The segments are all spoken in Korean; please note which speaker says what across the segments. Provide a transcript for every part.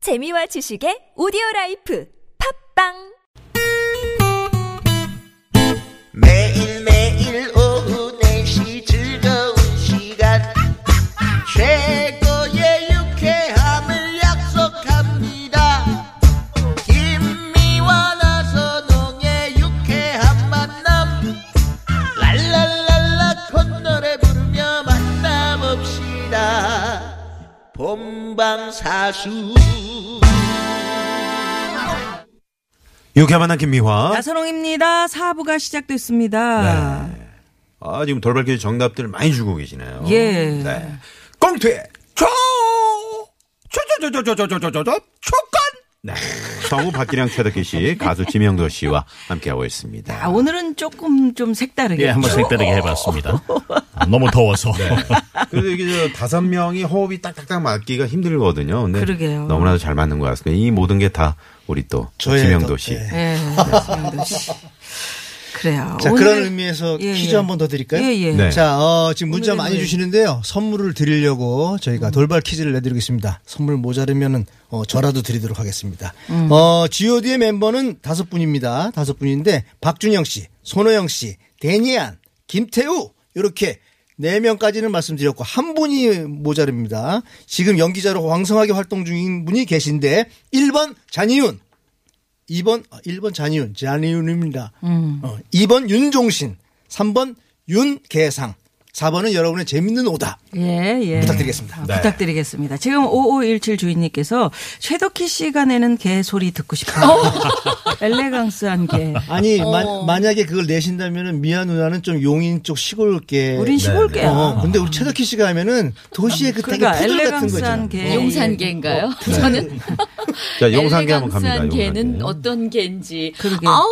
Speaker 1: 재미와 지식의 오디오 라이프 팝빵
Speaker 2: 매일매일 오후 4시 즐거운 시간 최고의 유쾌함을 약속합니다 김미와 나선홍의 유쾌한 만남 랄랄랄라 콧노래 부르며 만남없시다 본방사수
Speaker 3: 유쾌한 만남 김미화.
Speaker 4: 나선홍입니다. 사부가 시작됐습니다.
Speaker 5: 네.
Speaker 3: 아, 지금 돌발 퀴즈 정답들 많이 주고 계시네요.
Speaker 4: 예.
Speaker 3: 네. 꽁트에 초! 초초초초초초초초초 초건! 네. 성우 박기량 최덕기 씨, 가수 지명도 씨와 함께하고 있습니다.
Speaker 4: 아, 오늘은 조금 좀 색다르게.
Speaker 6: 예, 한번 색다르게 해봤습니다. 아, 너무 더워서.
Speaker 3: 그래도 이게 저 다섯 명이 호흡이 딱딱딱 맞기가 힘들거든요. 근데
Speaker 4: 그러게요.
Speaker 3: 너무나도 잘 맞는 것 같습니다. 이 모든 게 다 우리 또
Speaker 5: 저의
Speaker 3: 지명도
Speaker 5: 덕-
Speaker 3: 씨.
Speaker 7: 네.
Speaker 4: 예,
Speaker 5: 예.
Speaker 4: 지명도 씨. 그래요.
Speaker 5: 자,
Speaker 4: 오늘-
Speaker 5: 그런 의미에서
Speaker 4: 예,
Speaker 5: 퀴즈
Speaker 4: 예.
Speaker 5: 한 번 더 드릴까요?
Speaker 4: 예, 그 예.
Speaker 3: 네.
Speaker 5: 자, 어, 지금 문자 많이
Speaker 4: 왜?
Speaker 5: 주시는데요. 선물을 드리려고
Speaker 4: 음.
Speaker 5: 저희가 돌발 퀴즈를 내드리겠습니다. 선물 모자르면은 어, 저라도 드리도록 하겠습니다.
Speaker 4: 음.
Speaker 5: 어, GOD의 멤버는 다섯 분입니다. 다섯 분인데 박준영 씨, 손호영 씨, 데니안, 김태우 이렇게 네 명까지는 말씀드렸고 한 분이 모자릅니다. 지금 연기자로 왕성하게 활동 중인 분이 계신데 1번 잔이윤, 2번 아, 1번 잔이윤, 잔이윤입니다. 어, 2번 윤종신, 3번 윤계상, 4번은 여러분의 재밌는 오답
Speaker 4: 예, 예.
Speaker 5: 부탁드리겠습니다.
Speaker 4: 아, 부탁드리겠습니다. 지금 5517 주인님께서 최덕희 씨가 내는 개 소리 듣고 싶어요. 엘레강스한 개.
Speaker 5: 아니 마- 만약에 그걸 내신다면은 미아 누나는 좀 용인 쪽 시골계.
Speaker 4: 우린
Speaker 8: 네.
Speaker 4: 시골개야.
Speaker 5: 네, 어, 근데 우리 최덕희 씨가 하면은 도시의 그 되게
Speaker 4: 그러니까
Speaker 5: 푸들 같은 어. 거죠.
Speaker 4: 엘레강스한 개.
Speaker 7: 용산계인가요? 저는
Speaker 3: 자, 어, 네. 용산계 한번 갑니다.
Speaker 7: 엘레강스한
Speaker 3: 용산계.
Speaker 7: 개는 어떤 개인지.
Speaker 4: 그러게.
Speaker 7: 아우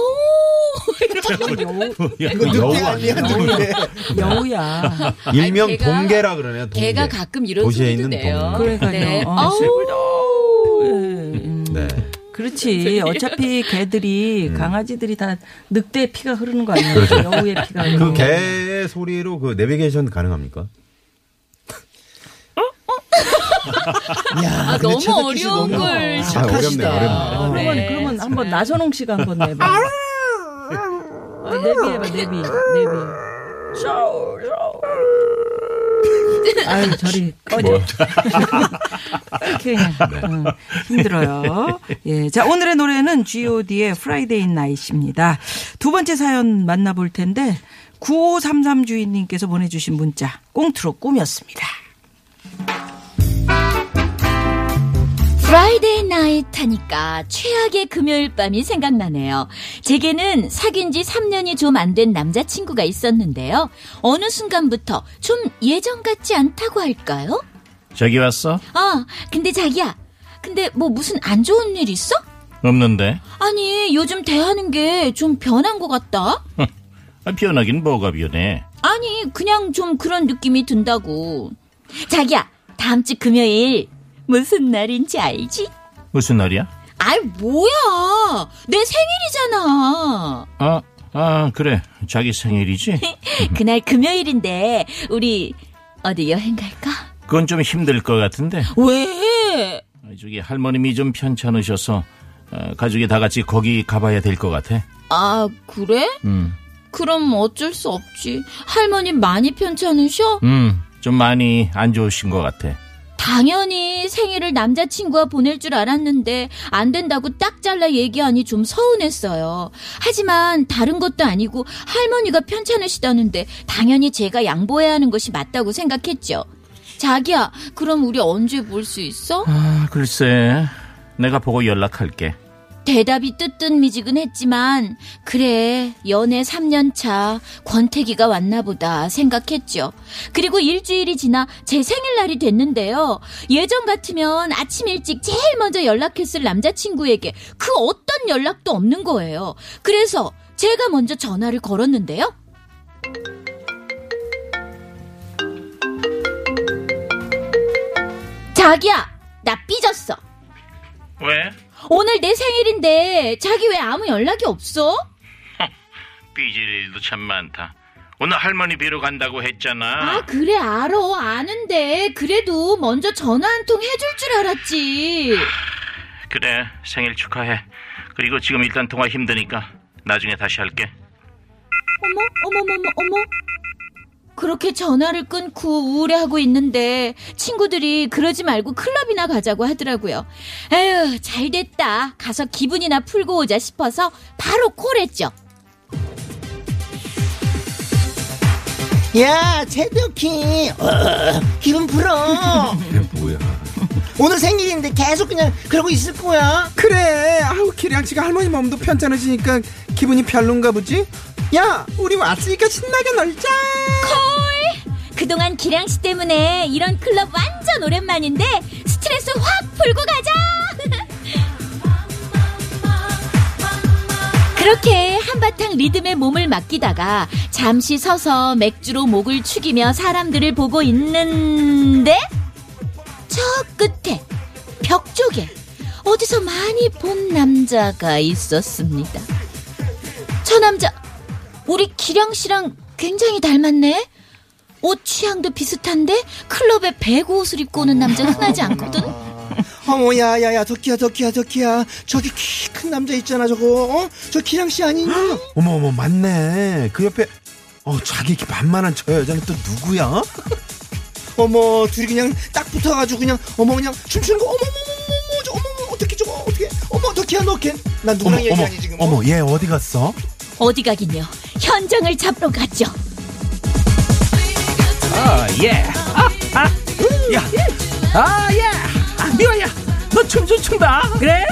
Speaker 7: 이런
Speaker 5: 이거
Speaker 3: 여우
Speaker 5: 늑대 아니야
Speaker 3: 아니에요?
Speaker 5: 늑대.
Speaker 4: 여우야.
Speaker 3: 일명
Speaker 7: 아니, 개가-
Speaker 3: 동계라 그러네요. 동계.
Speaker 7: 개가 가끔 이런
Speaker 3: 도시에
Speaker 7: 소리도
Speaker 3: 있는
Speaker 7: 내요.
Speaker 3: 동계.
Speaker 4: 그러니까요.
Speaker 7: 네.
Speaker 4: 어,
Speaker 7: 아우
Speaker 4: 음,
Speaker 3: 네.
Speaker 4: 그렇지. 어차피 개들이
Speaker 3: 음.
Speaker 4: 강아지들이 다 늑대의 피가 흐르는 거 아니에요? 여우의 피가
Speaker 3: 그렇죠.
Speaker 4: 흐르는
Speaker 3: 그
Speaker 4: 거.
Speaker 3: 개의 소리로 그 내비게이션 가능합니까?
Speaker 5: 야,
Speaker 7: 아,
Speaker 5: 근데
Speaker 7: 너무
Speaker 5: 최덕희 씨
Speaker 7: 어려운
Speaker 5: 너무
Speaker 7: 걸
Speaker 3: 아, 어렵네,
Speaker 7: 시작하시다.
Speaker 3: 어렵네.
Speaker 4: 그러면
Speaker 7: 네.
Speaker 4: 그러면 한번 나선홍 씨가 한번 내봐.
Speaker 9: 아,
Speaker 4: 어, 내비해봐 내비 내비. 아유 저리 꺼져. 이렇게 그냥
Speaker 9: 네.
Speaker 4: 응, 힘들어요. 예, 자 오늘의 노래는 G.O.D의 Friday Night입니다. 두 번째 사연 만나볼 텐데 9533 주인님께서 보내주신 문자 꽁트로 꾸몄습니다.
Speaker 7: 프라이데이 나이트 하니까 최악의 금요일 밤이 생각나네요. 제게는 사귄 지 3년이 좀 안 된 남자친구가 있었는데요. 어느 순간부터 좀 예전 같지 않다고 할까요?
Speaker 6: 저기 왔어?
Speaker 7: 아, 근데 자기야. 근데 뭐 무슨 안 좋은 일 있어?
Speaker 6: 없는데.
Speaker 7: 아니, 요즘 대하는 게 좀 변한 것 같다?
Speaker 6: 아, 변하긴 뭐가 변해.
Speaker 7: 아니, 그냥 좀 그런 느낌이 든다고. 자기야, 다음 주 금요일 무슨 날인지 알지?
Speaker 6: 무슨 날이야?
Speaker 7: 아이, 뭐야! 내 생일이잖아!
Speaker 6: 아, 아, 그래. 자기 생일이지?
Speaker 7: 그날 금요일인데, 우리 어디 여행 갈까?
Speaker 6: 그건 좀 힘들 것 같은데.
Speaker 7: 왜?
Speaker 6: 아, 저기 할머님이 좀 편찮으셔서 어, 가족이 다 같이 거기 가봐야 될 것 같아.
Speaker 7: 아, 그래?
Speaker 6: 음.
Speaker 7: 그럼 어쩔 수 없지. 할머니 많이 편찮으셔?
Speaker 6: 음, 좀 많이 안 좋으신 것 같아.
Speaker 7: 당연히 생일을 남자친구와 보낼 줄 알았는데 안 된다고 딱 잘라 얘기하니 좀 서운했어요. 하지만 다른 것도 아니고 할머니가 편찮으시다는데 당연히 제가 양보해야 하는 것이 맞다고 생각했죠. 자기야, 그럼 우리 언제 볼 수 있어?
Speaker 6: 아, 글쎄. 내가 보고 연락할게.
Speaker 7: 대답이 뜨뜻미지근했지만 그래 연애 3년 차 권태기가 왔나 보다 생각했죠. 그리고 일주일이 지나 제 생일날이 됐는데요. 예전 같으면 아침 일찍 제일 먼저 연락했을 남자친구에게 그 어떤 연락도 없는 거예요. 그래서 제가 먼저 전화를 걸었는데요. 자기야, 나 삐졌어.
Speaker 6: 왜?
Speaker 7: 오늘 내 생일인데 자기 왜 아무 연락이 없어?
Speaker 6: 삐질 일도 참 많다. 오늘 할머니 뵈러 간다고 했잖아.
Speaker 7: 아 그래 알어 아는데 그래도 먼저 전화 한 통 해줄 줄 알았지
Speaker 6: 그래 생일 축하해. 그리고 지금 일단 통화 힘드니까 나중에 다시 할게.
Speaker 7: 어머, 어머머머, 어머. 그렇게 전화를 끊고 우울해하고 있는데 친구들이 그러지 말고 클럽이나 가자고 하더라고요. 에휴, 잘 됐다. 가서 기분이나 풀고 오자 싶어서 바로 콜했죠.
Speaker 2: 야, 채덕이 어, 기분 풀어.
Speaker 3: 이게 뭐야?
Speaker 2: 오늘 생일인데 계속 그냥 그러고 있을 거야.
Speaker 8: 그래 아우 기량 씨가 할머니 몸도 편찮으시니까 기분이 별론가 보지 야 우리 왔으니까 신나게 놀자
Speaker 7: 콜! 그동안 기량 씨 때문에 이런 클럽 완전 오랜만인데 스트레스 확 풀고 가자! 그렇게 한바탕 리듬에 몸을 맡기다가 잠시 서서 맥주로 목을 축이며 사람들을 보고 있는데 저 끝에 벽 쪽에 어디서 많이 본 남자가 있었습니다. 저 남자 우리 기량 씨랑 굉장히 닮았네. 옷 취향도 비슷한데 클럽에 배구 옷을 입고 오는 남자 흔하지 않거든.
Speaker 5: 아, 어머, 야, 야, 야, 덕기야, 덕기야, 덕기야. 저기 키 큰 남자 있잖아, 저거. 어? 저 기량 씨 아니냐?
Speaker 3: 어머 어머 맞네. 그 옆에 어 자기 키 반만한 저 여자는 또 누구야? 어?
Speaker 5: 어머, 둘이 그냥 딱 붙어가지고 그냥, 어머, 그냥 춤추는 거, 어머, 어머, 어머, 어머, 저, 어머, 어머, 어떻게 저거, 어떻게. 어머, 덕기야, 너 걘.
Speaker 3: 어머
Speaker 5: 나 누구랑
Speaker 3: 어머
Speaker 5: 얘기하니, 지금.
Speaker 3: 어머 얘 어디 갔어?
Speaker 7: 어디 가긴요. 현장을 잡러 갔죠.
Speaker 9: 미화야, 너 춤 좀 춘다.
Speaker 4: 그래?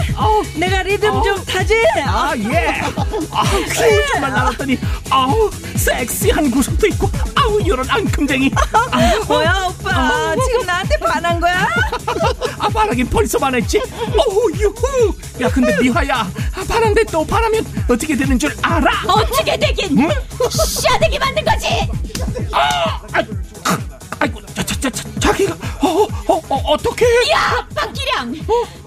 Speaker 4: 내가 리듬 좀 타지?
Speaker 9: 어. 아 예. 아 귀여운 줄만 알았더니 아우 섹시한 구석도 있고 아우 이런 앙큼쟁이.
Speaker 4: 뭐야 오빠 지금 나한테 반한 거야?
Speaker 9: 아 바라긴 벌써 반했지. 어우 유후. 야 근데 미화야, 아, 바란데 또 바라면 어떻게 되는 줄 알아?
Speaker 7: 어떻게 되긴 샤대기 만든 거지.
Speaker 9: 아, 아이고 자, 자, 자, 자, 자기가 어어 어, 어, 어떻게?
Speaker 7: 야, 박기량.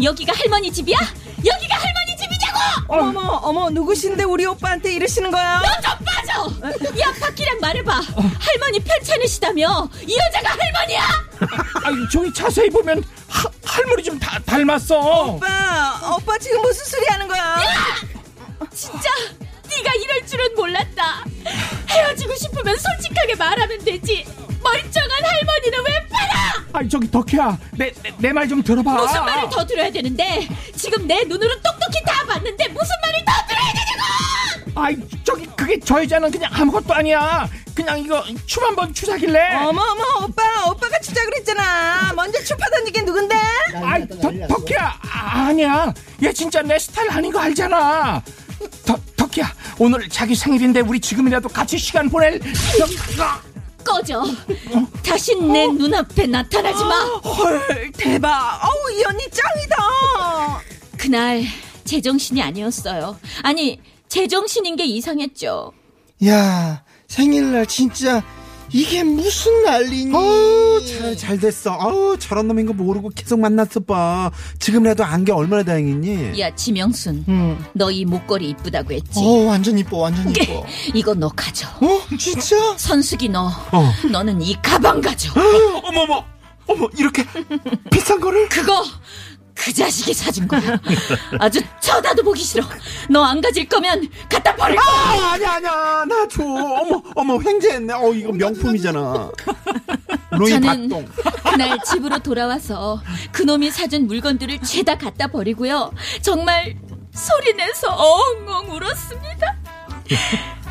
Speaker 7: 여기가 할머니 집이야? 여기가 할머니 집이냐고?
Speaker 4: 어머 어머 누구신데 우리 오빠한테 이러시는 거야?
Speaker 7: 너 좀 빠져. 야, 박기량 말해봐. 할머니 편찮으시다며? 이 여자가 할머니야?
Speaker 9: 아이 저기 자세히 보면 하, 할머니 좀 다, 닮았어.
Speaker 4: 오빠 오빠 지금 무슨 소리 하는 거야?
Speaker 7: 아! 진짜 네가 이럴 줄은 몰랐다. 헤어지고 싶으면 솔직하게 말하면 되지. 멀쩡한 할머니는 왜 팔아?
Speaker 9: 아이 저기 덕혜야, 내 내 말 좀 들어봐.
Speaker 7: 무슨 말을 더 들어야 되는데 지금 내 눈으로 똑똑히 다 봤는데 무슨 말을 더 들어야 되냐고!
Speaker 9: 아이 저기 그게 저 여자는 그냥 아무것도 아니야. 그냥 이거 춤 한번 추사길래.
Speaker 4: 어머 어머 오빠 오빠가 진짜 그랬잖아 먼저 춤파던 이게 누군데?
Speaker 9: 아이 덕, 덕희야 아, 아니야 얘 진짜 내 스타일 아닌 거 알잖아 덕, 덕희야 오늘 자기 생일인데 우리 지금이라도 같이 시간 보낼
Speaker 7: 꺼져. 다신 내 눈앞에 나타나지 마.
Speaker 4: 헐 대박 어우 이 언니 짱이다
Speaker 7: 그날 제정신이 아니었어요. 아니 제정신인 게 이상했죠.
Speaker 5: 야, 생일날 진짜 이게 무슨 난리니?
Speaker 4: 어,
Speaker 3: 잘, 잘 됐어. 아우 저런 놈인 거 모르고 계속 만났어 봐. 지금이라도 안 게 얼마나 다행이니?
Speaker 7: 야 지명순, 너 이 목걸이 이쁘다고 했지?
Speaker 5: 어, 완전 이뻐, 완전 이뻐.
Speaker 7: 이거 너 가져.
Speaker 5: 어, 진짜?
Speaker 7: 선숙이 너, 너는 이 가방 가져.
Speaker 9: 어머머 어머 이렇게
Speaker 3: 비싼 거를?
Speaker 7: 그거 그 자식이 사준 거야. 아주 쳐다도 보기 싫어. 너 안 가질 거면 갖다 버릴 거야.
Speaker 3: 아 아니야 아니야 나 줘. 어머 어머 횡재했네. 어 이거 명품이잖아. 로이
Speaker 7: 저는
Speaker 3: 박동.
Speaker 7: 그날 집으로 돌아와서 그놈이 사준 물건들을 죄다 갖다 버리고요. 정말 소리내서 엉엉 울었습니다.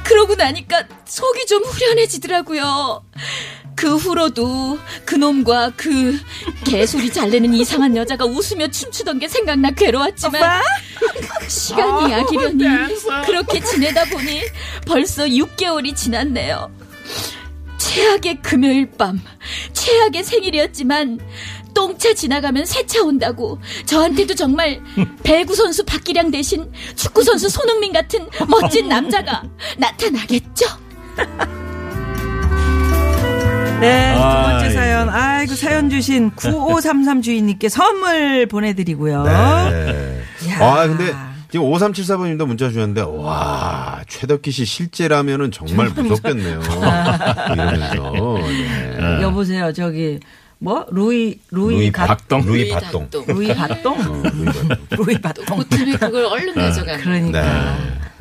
Speaker 7: 그러고 나니까 속이 좀 후련해지더라고요. 그 후로도 그놈과 그 개소리 잘 내는 이상한 여자가 웃으며 춤추던 게 생각나 괴로웠지만 시간이 약이려니 그렇게 지내다 보니 벌써 6개월이 지났네요. 최악의 금요일 밤, 최악의 생일이었지만 똥차 지나가면 새 차 온다고 저한테도 정말 배구 선수 박기량 대신 축구 선수 손흥민 같은 멋진 남자가 나타나겠죠.
Speaker 4: 네, 두 번째
Speaker 3: 아이고.
Speaker 4: 사연. 아이고, 사연 주신 9533 주인님께 선물 보내드리고요.
Speaker 3: 네.
Speaker 4: 어? 이야.
Speaker 3: 아 근데 지금 5374번님도 문자 주셨는데 와 최덕기 씨 실제라면은 정말 무섭겠네요. 이러면서 네.
Speaker 4: 여보세요, 저기. 뭐 루이 루이,
Speaker 10: 루이
Speaker 4: 가-
Speaker 10: 박동?
Speaker 11: 루이 바똥.
Speaker 4: 루이 바똥
Speaker 10: 음. 루이 바똥. 아,
Speaker 4: 루이 바똥
Speaker 12: 어떻게 그걸 얼른 가져가는
Speaker 4: 그러니까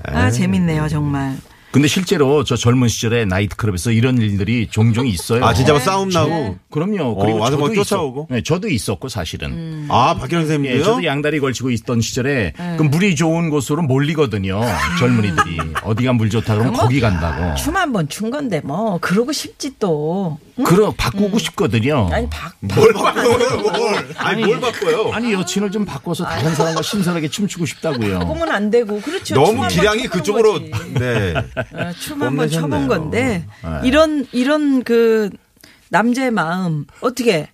Speaker 10: 네.
Speaker 4: 아 재밌네요 정말
Speaker 11: 근데 실제로 저 젊은 시절에 나이트클럽에서 이런 일들이 종종 있어요.
Speaker 10: 아, 진짜 막 싸움 나고? 네.
Speaker 11: 그럼요.
Speaker 10: 어,
Speaker 11: 그리고
Speaker 10: 와서 막
Speaker 11: 저도 있었-
Speaker 10: 쫓아오고?
Speaker 11: 네, 저도 있었고 사실은.
Speaker 10: 아, 박기량 선생님도요?
Speaker 11: 예, 저도 양다리 걸치고 있던 시절에
Speaker 4: 네.
Speaker 11: 그 물이 좋은 곳으로 몰리거든요.
Speaker 10: 음.
Speaker 11: 젊은이들이 어디가 물 좋다 그러면
Speaker 4: 그럼
Speaker 11: 거기
Speaker 4: 뭐
Speaker 11: 간다고.
Speaker 4: 춤 한 번 춘 건데 뭐 그러고 싶지 또 응?
Speaker 11: 그러 바꾸고 싶거든요.
Speaker 10: 음.
Speaker 4: 아니 박
Speaker 11: 뭘 바꿔요? 뭘?
Speaker 4: 아니, 뭘
Speaker 11: 바꿔요? 아니 여친을 좀 바꿔서 다른 사람과 신선하게 춤추고 싶다고요.
Speaker 4: 꿈은 안 되고 그렇죠 춤
Speaker 10: 뭐. 너무
Speaker 4: 한번
Speaker 10: 기량이
Speaker 4: 춰보는
Speaker 10: 그쪽으로
Speaker 4: 거지.
Speaker 10: 네.
Speaker 4: 어, 춤 한번 춰본
Speaker 10: 뽐내셨네요.
Speaker 4: 건데
Speaker 10: 네.
Speaker 4: 이런 이런 그 남자의 마음 어떻게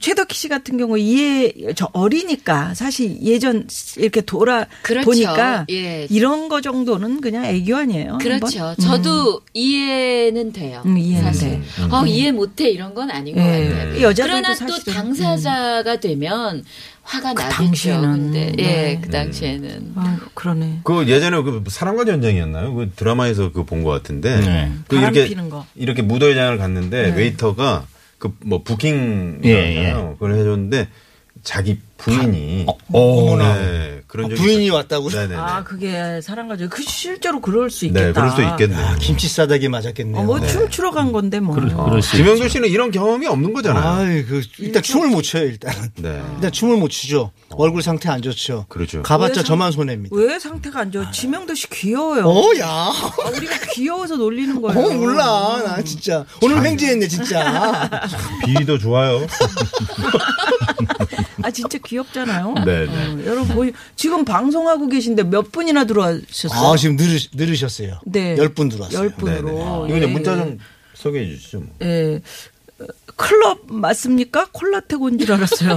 Speaker 4: 최덕희 씨 같은 경우 이해 저 어리니까 사실 예전 이렇게 돌아
Speaker 12: 그렇죠.
Speaker 4: 보니까
Speaker 12: 예.
Speaker 4: 이런 거 정도는 그냥 애교 아니에요.
Speaker 12: 그렇죠.
Speaker 4: 한번?
Speaker 7: 음.
Speaker 12: 저도 이해는 돼요.
Speaker 4: 음, 이해는
Speaker 12: 사실.
Speaker 7: 네.
Speaker 4: 돼. 음.
Speaker 12: 어, 이해 못해 이런 건 아닌 것
Speaker 4: 예.
Speaker 12: 같아요.
Speaker 4: 이 여자들도
Speaker 12: 그러나 또
Speaker 4: 사실은,
Speaker 12: 당사자가
Speaker 7: 음.
Speaker 12: 되면 화가
Speaker 7: 그
Speaker 12: 나겠죠.
Speaker 4: 당시에는,
Speaker 12: 근데
Speaker 4: 네.
Speaker 12: 예, 그 당시에는.
Speaker 4: 음. 아유, 그러네.
Speaker 10: 그 예전에 그 사랑과 전쟁이었나요? 그 드라마에서 그 본 것 같은데. 그
Speaker 4: 바람
Speaker 10: 이렇게
Speaker 4: 피는 거.
Speaker 10: 이렇게 무도회장을 갔는데
Speaker 4: 네.
Speaker 10: 웨이터가 그 뭐 부킹
Speaker 11: 예,
Speaker 10: 예, 그걸 해줬는데 자기 부인이
Speaker 5: 어머나.
Speaker 10: 네, 그런
Speaker 5: 아,
Speaker 10: 적이
Speaker 5: 부인이
Speaker 10: 있었-
Speaker 5: 왔다고요?
Speaker 10: 네네네.
Speaker 4: 아 그게 사랑 가지고 그 실제로 그럴 수 있겠다.
Speaker 10: 네, 그럴 수 있겠네.
Speaker 5: 아, 김치 싸대기 맞았겠네요.
Speaker 4: 어, 뭐
Speaker 5: 네.
Speaker 4: 춤추러 간 건데 뭐.
Speaker 10: 아, 김영준 씨는 이런 경험이 없는 거잖아요.
Speaker 5: 아이, 그, 일단 춤을 못 춰요, 일단은.
Speaker 10: 네.
Speaker 5: 일단 춤을 못 추죠. 얼굴 상태 안 좋죠.
Speaker 10: 그렇죠.
Speaker 4: 왜
Speaker 5: 가봤자
Speaker 4: 상-
Speaker 5: 저만 손해입니다.
Speaker 4: 왜 상태가 안 좋아? 지명도 씨 귀여워요.
Speaker 5: 어, 야.
Speaker 4: 아, 우리가 귀여워서 놀리는 거예요.
Speaker 5: 어,
Speaker 4: 음.
Speaker 5: 몰라. 나 진짜. 오늘 횡재했네, 진짜.
Speaker 10: 비위도 좋아요.
Speaker 4: 아 진짜 귀엽잖아요.
Speaker 10: 네, 네.
Speaker 4: 어, 여러분 보이- 지금 방송하고 계신데 몇 분이나 들어왔셨어요?
Speaker 5: 아, 지금 늘으, 늘으셨어요.
Speaker 4: 네.
Speaker 5: 열 분 들어왔어요.
Speaker 4: 열
Speaker 10: 네.
Speaker 4: 분으로.
Speaker 10: 이거
Speaker 4: 예,
Speaker 10: 그냥 문자
Speaker 4: 예.
Speaker 10: 좀 소개해 주시죠. 뭐.
Speaker 4: 예. 어, 클럽 맞습니까? 콜라텍 온 줄 알았어요.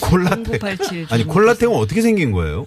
Speaker 10: 콜라텍.
Speaker 4: 0987.
Speaker 10: 아니 콜라텍은 어떻게 생긴 거예요?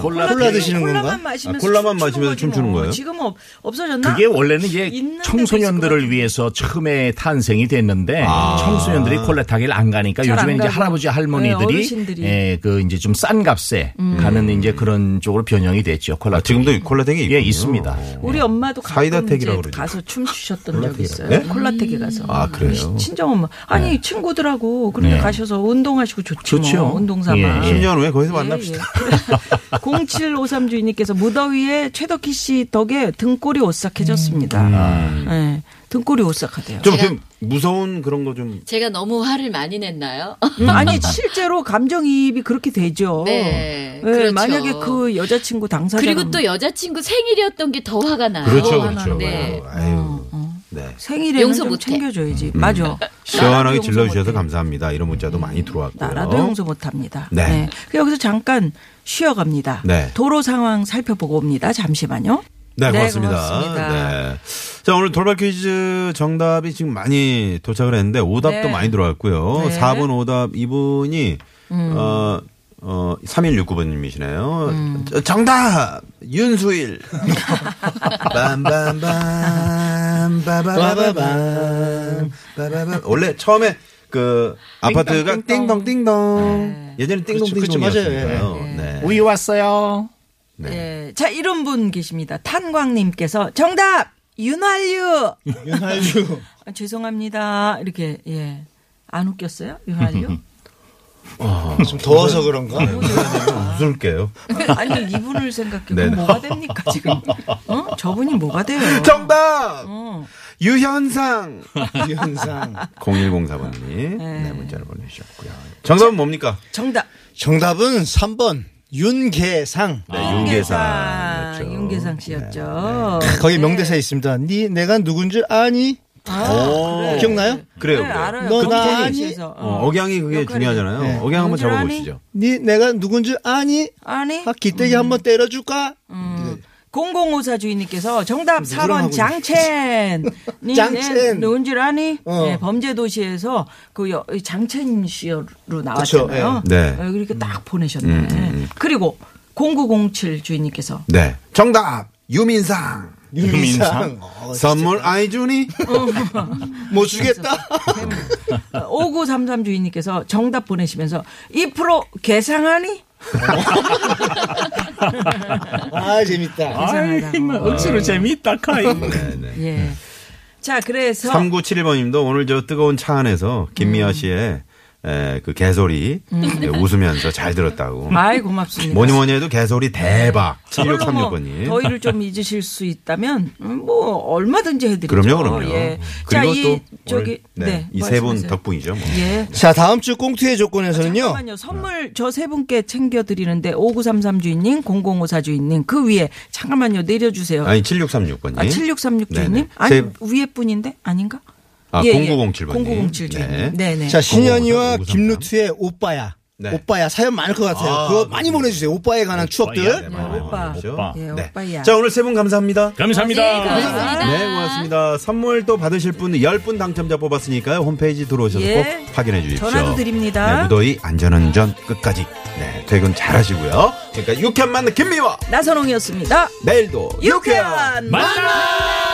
Speaker 5: 콜라 드시는 건가?
Speaker 4: 콜라만 마시면서
Speaker 10: 아, 콜라만
Speaker 4: 춤추는
Speaker 10: 마시면서
Speaker 4: 거지
Speaker 10: 춤추는
Speaker 4: 뭐.
Speaker 10: 거예요?
Speaker 4: 지금은 없- 없어졌나?
Speaker 11: 그게 원래는 이제
Speaker 4: 있는 데도 있을
Speaker 11: 청소년들을 위해서 처음에 탄생이 됐는데 청소년들이 콜레타길 안 가니까
Speaker 4: 잘안
Speaker 11: 요즘에 이제
Speaker 4: 가고.
Speaker 11: 할아버지
Speaker 4: 네,
Speaker 11: 할머니들이
Speaker 4: 어르신들이.
Speaker 11: 예, 그 이제 좀 싼 값에
Speaker 3: 음.
Speaker 11: 가는 이제 그런 쪽으로 변형이 됐죠. 콜라
Speaker 10: 아, 지금도 콜라텍이
Speaker 11: 예,
Speaker 10: 있군요. 어.
Speaker 11: 있습니다.
Speaker 4: 우리 엄마도
Speaker 10: 사이다
Speaker 4: 가끔
Speaker 10: 택이라고
Speaker 4: 이제
Speaker 10: 그러죠.
Speaker 4: 가서 춤추셨던 적이 있어요.
Speaker 10: 네?
Speaker 4: 콜라텍에 가서.
Speaker 10: 아, 그래요?
Speaker 4: 친정엄마. 아니, 친구들하고 그렇게
Speaker 11: 네.
Speaker 4: 가셔서 운동하시고 좋죠. 뭐.
Speaker 11: 좋죠.
Speaker 4: 운동 삼아.
Speaker 11: 예, 예.
Speaker 10: 10년 후에 거기서 만납시다.
Speaker 4: 0753 주인님께서 무더위에 최덕희 씨 덕에 등골이 오싹해졌습니다. 예, 등골이 오싹하대요.
Speaker 10: 좀, 좀 무서운 그런 거 좀.
Speaker 12: 제가 너무 화를 많이 냈나요?
Speaker 4: 음, 아니 실제로 감정이입이 그렇게 되죠.
Speaker 12: 네,
Speaker 4: 예,
Speaker 12: 그렇죠.
Speaker 4: 만약에 그 여자친구 당사자
Speaker 12: 그리고 또 여자친구 생일이었던 게 더 화가 나요.
Speaker 10: 그렇죠,
Speaker 12: 화가
Speaker 10: 그렇죠.
Speaker 12: 나는데.
Speaker 10: 아유, 아유. 네.
Speaker 4: 생일에
Speaker 12: 용서
Speaker 4: 좀
Speaker 12: 못해.
Speaker 4: 챙겨줘야지.
Speaker 10: 음.
Speaker 4: 맞아.
Speaker 10: 시원하게
Speaker 4: 나라도 용서
Speaker 10: 질러주셔서
Speaker 4: 못해.
Speaker 10: 감사합니다. 이런 문자도 많이 들어왔고요.
Speaker 4: 나라도 용서 못합니다.
Speaker 10: 네.
Speaker 4: 네. 그 여기서 잠깐 쉬어갑니다.
Speaker 10: 네.
Speaker 4: 도로 상황 살펴보고 옵니다. 잠시만요.
Speaker 10: 네,
Speaker 4: 네,
Speaker 10: 고맙습니다.
Speaker 4: 고맙습니다.
Speaker 10: 네. 자, 오늘 돌발 퀴즈 정답이 지금 많이 도착을 했는데 오답도
Speaker 4: 네.
Speaker 10: 많이 들어왔고요.
Speaker 4: 네.
Speaker 10: 4번 오답 이분이 어, 어 3169번님이시네요. 정답 윤수일. 빰빰빰 빠바바밤 빠바밤 원래 처음에 그 아파트가 띵동 네. 띵동 예전에 띵동
Speaker 5: 그렇죠, 맞아요.
Speaker 10: 띵동이었어요. 네.
Speaker 11: 우유 왔어요.
Speaker 4: 예. 자, 이런 분 계십니다. 탄광님께서 정답! 윤활유!
Speaker 5: 윤활유.
Speaker 4: 아, 죄송합니다. 이렇게, 예. 안 웃겼어요? 윤활유?
Speaker 5: 좀 더워서 그런가?
Speaker 4: 아, 네.
Speaker 5: 예.
Speaker 10: 웃을게요.
Speaker 4: 아니, 이분을 생각해.
Speaker 10: 네, 네.
Speaker 4: 그럼 뭐가 됩니까, 지금? 어? 저분이 뭐가 돼요?
Speaker 3: 정답
Speaker 4: 어.
Speaker 3: 유현상
Speaker 5: 현상.
Speaker 10: 0104번님 네. 문자를 보내주셨고요. 정답은 뭡니까?
Speaker 4: 정답.
Speaker 5: 정답은 3번. 윤계상.
Speaker 4: 아.
Speaker 10: 네,
Speaker 4: 윤계상.
Speaker 10: 윤계상이었죠.
Speaker 4: 윤계상 씨였죠.
Speaker 5: 거기 명대사 있습니다. 니 내가 누군 줄 아니?
Speaker 10: 오,
Speaker 5: 기억나요?
Speaker 10: 어. 그래요.
Speaker 4: 네,
Speaker 10: 그래요.
Speaker 4: 알아요.
Speaker 5: 너
Speaker 4: 경쟁에
Speaker 5: 나 아니?
Speaker 4: 의해서.
Speaker 10: 어, 억양이 그게
Speaker 4: 역할이- 네.
Speaker 10: 중요하잖아요. 억양 한번
Speaker 4: 뭔줄 아니?
Speaker 10: 잡아보시죠.
Speaker 5: 니 내가 누군 줄 아니?
Speaker 4: 아니.
Speaker 5: 아, 기대기
Speaker 4: 음.
Speaker 5: 한번 때려줄까?
Speaker 4: 0054 주인님께서 정답
Speaker 5: 하고
Speaker 4: 4번
Speaker 5: 있-
Speaker 4: 장첸. 네,
Speaker 5: 장첸.
Speaker 4: 네, 누군 줄 아니?
Speaker 5: 어.
Speaker 4: 네, 범죄도시에서 그 여- 장첸 씨로 나왔잖아요.
Speaker 10: 예. 네.
Speaker 4: 어, 그렇게 딱 보내셨네. 그리고 0907 주인님께서
Speaker 10: 네. 정답! 유민상!
Speaker 5: 유민상.
Speaker 10: 선물 아이준이?
Speaker 4: 어.
Speaker 5: 못뭐 주겠다.
Speaker 4: 5933 주인님께서 정답 보내시면서 2% 계상하니?
Speaker 5: 아, 재밌다.
Speaker 4: 이상하다고.
Speaker 11: 네. 억수로 재미있다 카이.
Speaker 10: 네네.
Speaker 4: 예. 자, 그래서
Speaker 10: 3971번님도 오늘 저 뜨거운 차 안에서 김미아 씨의 에, 그 개소리
Speaker 4: 음.
Speaker 10: 네, 웃으면서 잘 들었다고.
Speaker 4: 아이 고맙습니다.
Speaker 10: 뭐니 뭐니 해도 개소리 대박.
Speaker 4: 물론 뭐
Speaker 10: 7636번님.
Speaker 4: 더위를 좀 잊으실 수 있다면 음, 뭐 얼마든지 해드리죠.
Speaker 10: 그럼요, 그럼요.
Speaker 4: 예. 자,
Speaker 10: 그리고
Speaker 4: 이
Speaker 10: 또
Speaker 4: 저기
Speaker 10: 네, 이 세 분 덕분이죠. 뭐.
Speaker 4: 예.
Speaker 5: 자, 다음 주 꽁투의 조건에서는요.
Speaker 4: 아, 잠깐만요. 선물 저 세 분께 챙겨드리는데 5933 주인님, 0054 주인님 그 위에 잠깐만요 내려주세요.
Speaker 10: 아니 7636번님.
Speaker 4: 아, 7636 주인님? 아니
Speaker 10: 세-
Speaker 4: 위에 분인데 아닌가?
Speaker 10: 아, 0907 번님.
Speaker 4: 0907 주인님.
Speaker 10: 네.
Speaker 4: 네. 네네.
Speaker 5: 자, 신현이와 김루트의 오빠야. 오빠야 사연 많을 것 네. 같아요. 네,
Speaker 10: 아,
Speaker 5: 그거 많이 보내주세요. 오빠에 관한 추억들.
Speaker 10: 네, 오빠. 오빠.
Speaker 4: 예,
Speaker 10: 네.
Speaker 4: 네, 오빠야.
Speaker 10: 자, 오늘 세 분 감사합니다.
Speaker 11: 감사합니다. 네,
Speaker 4: 감사합니다.
Speaker 10: 네, 고맙습니다. 선물 또 받으실 분 10분 당첨자 뽑았으니까요. 홈페이지 들어오셔서
Speaker 4: 예.
Speaker 10: 꼭 확인해 주십시오.
Speaker 4: 전화도 드립니다.
Speaker 10: 네, 무더위 안전운전 끝까지. 네, 퇴근 잘 하시고요. 그러니까 유쾌한 만남 김미화.
Speaker 4: 나선홍이었습니다.
Speaker 10: 내일도
Speaker 4: 유쾌한 만남!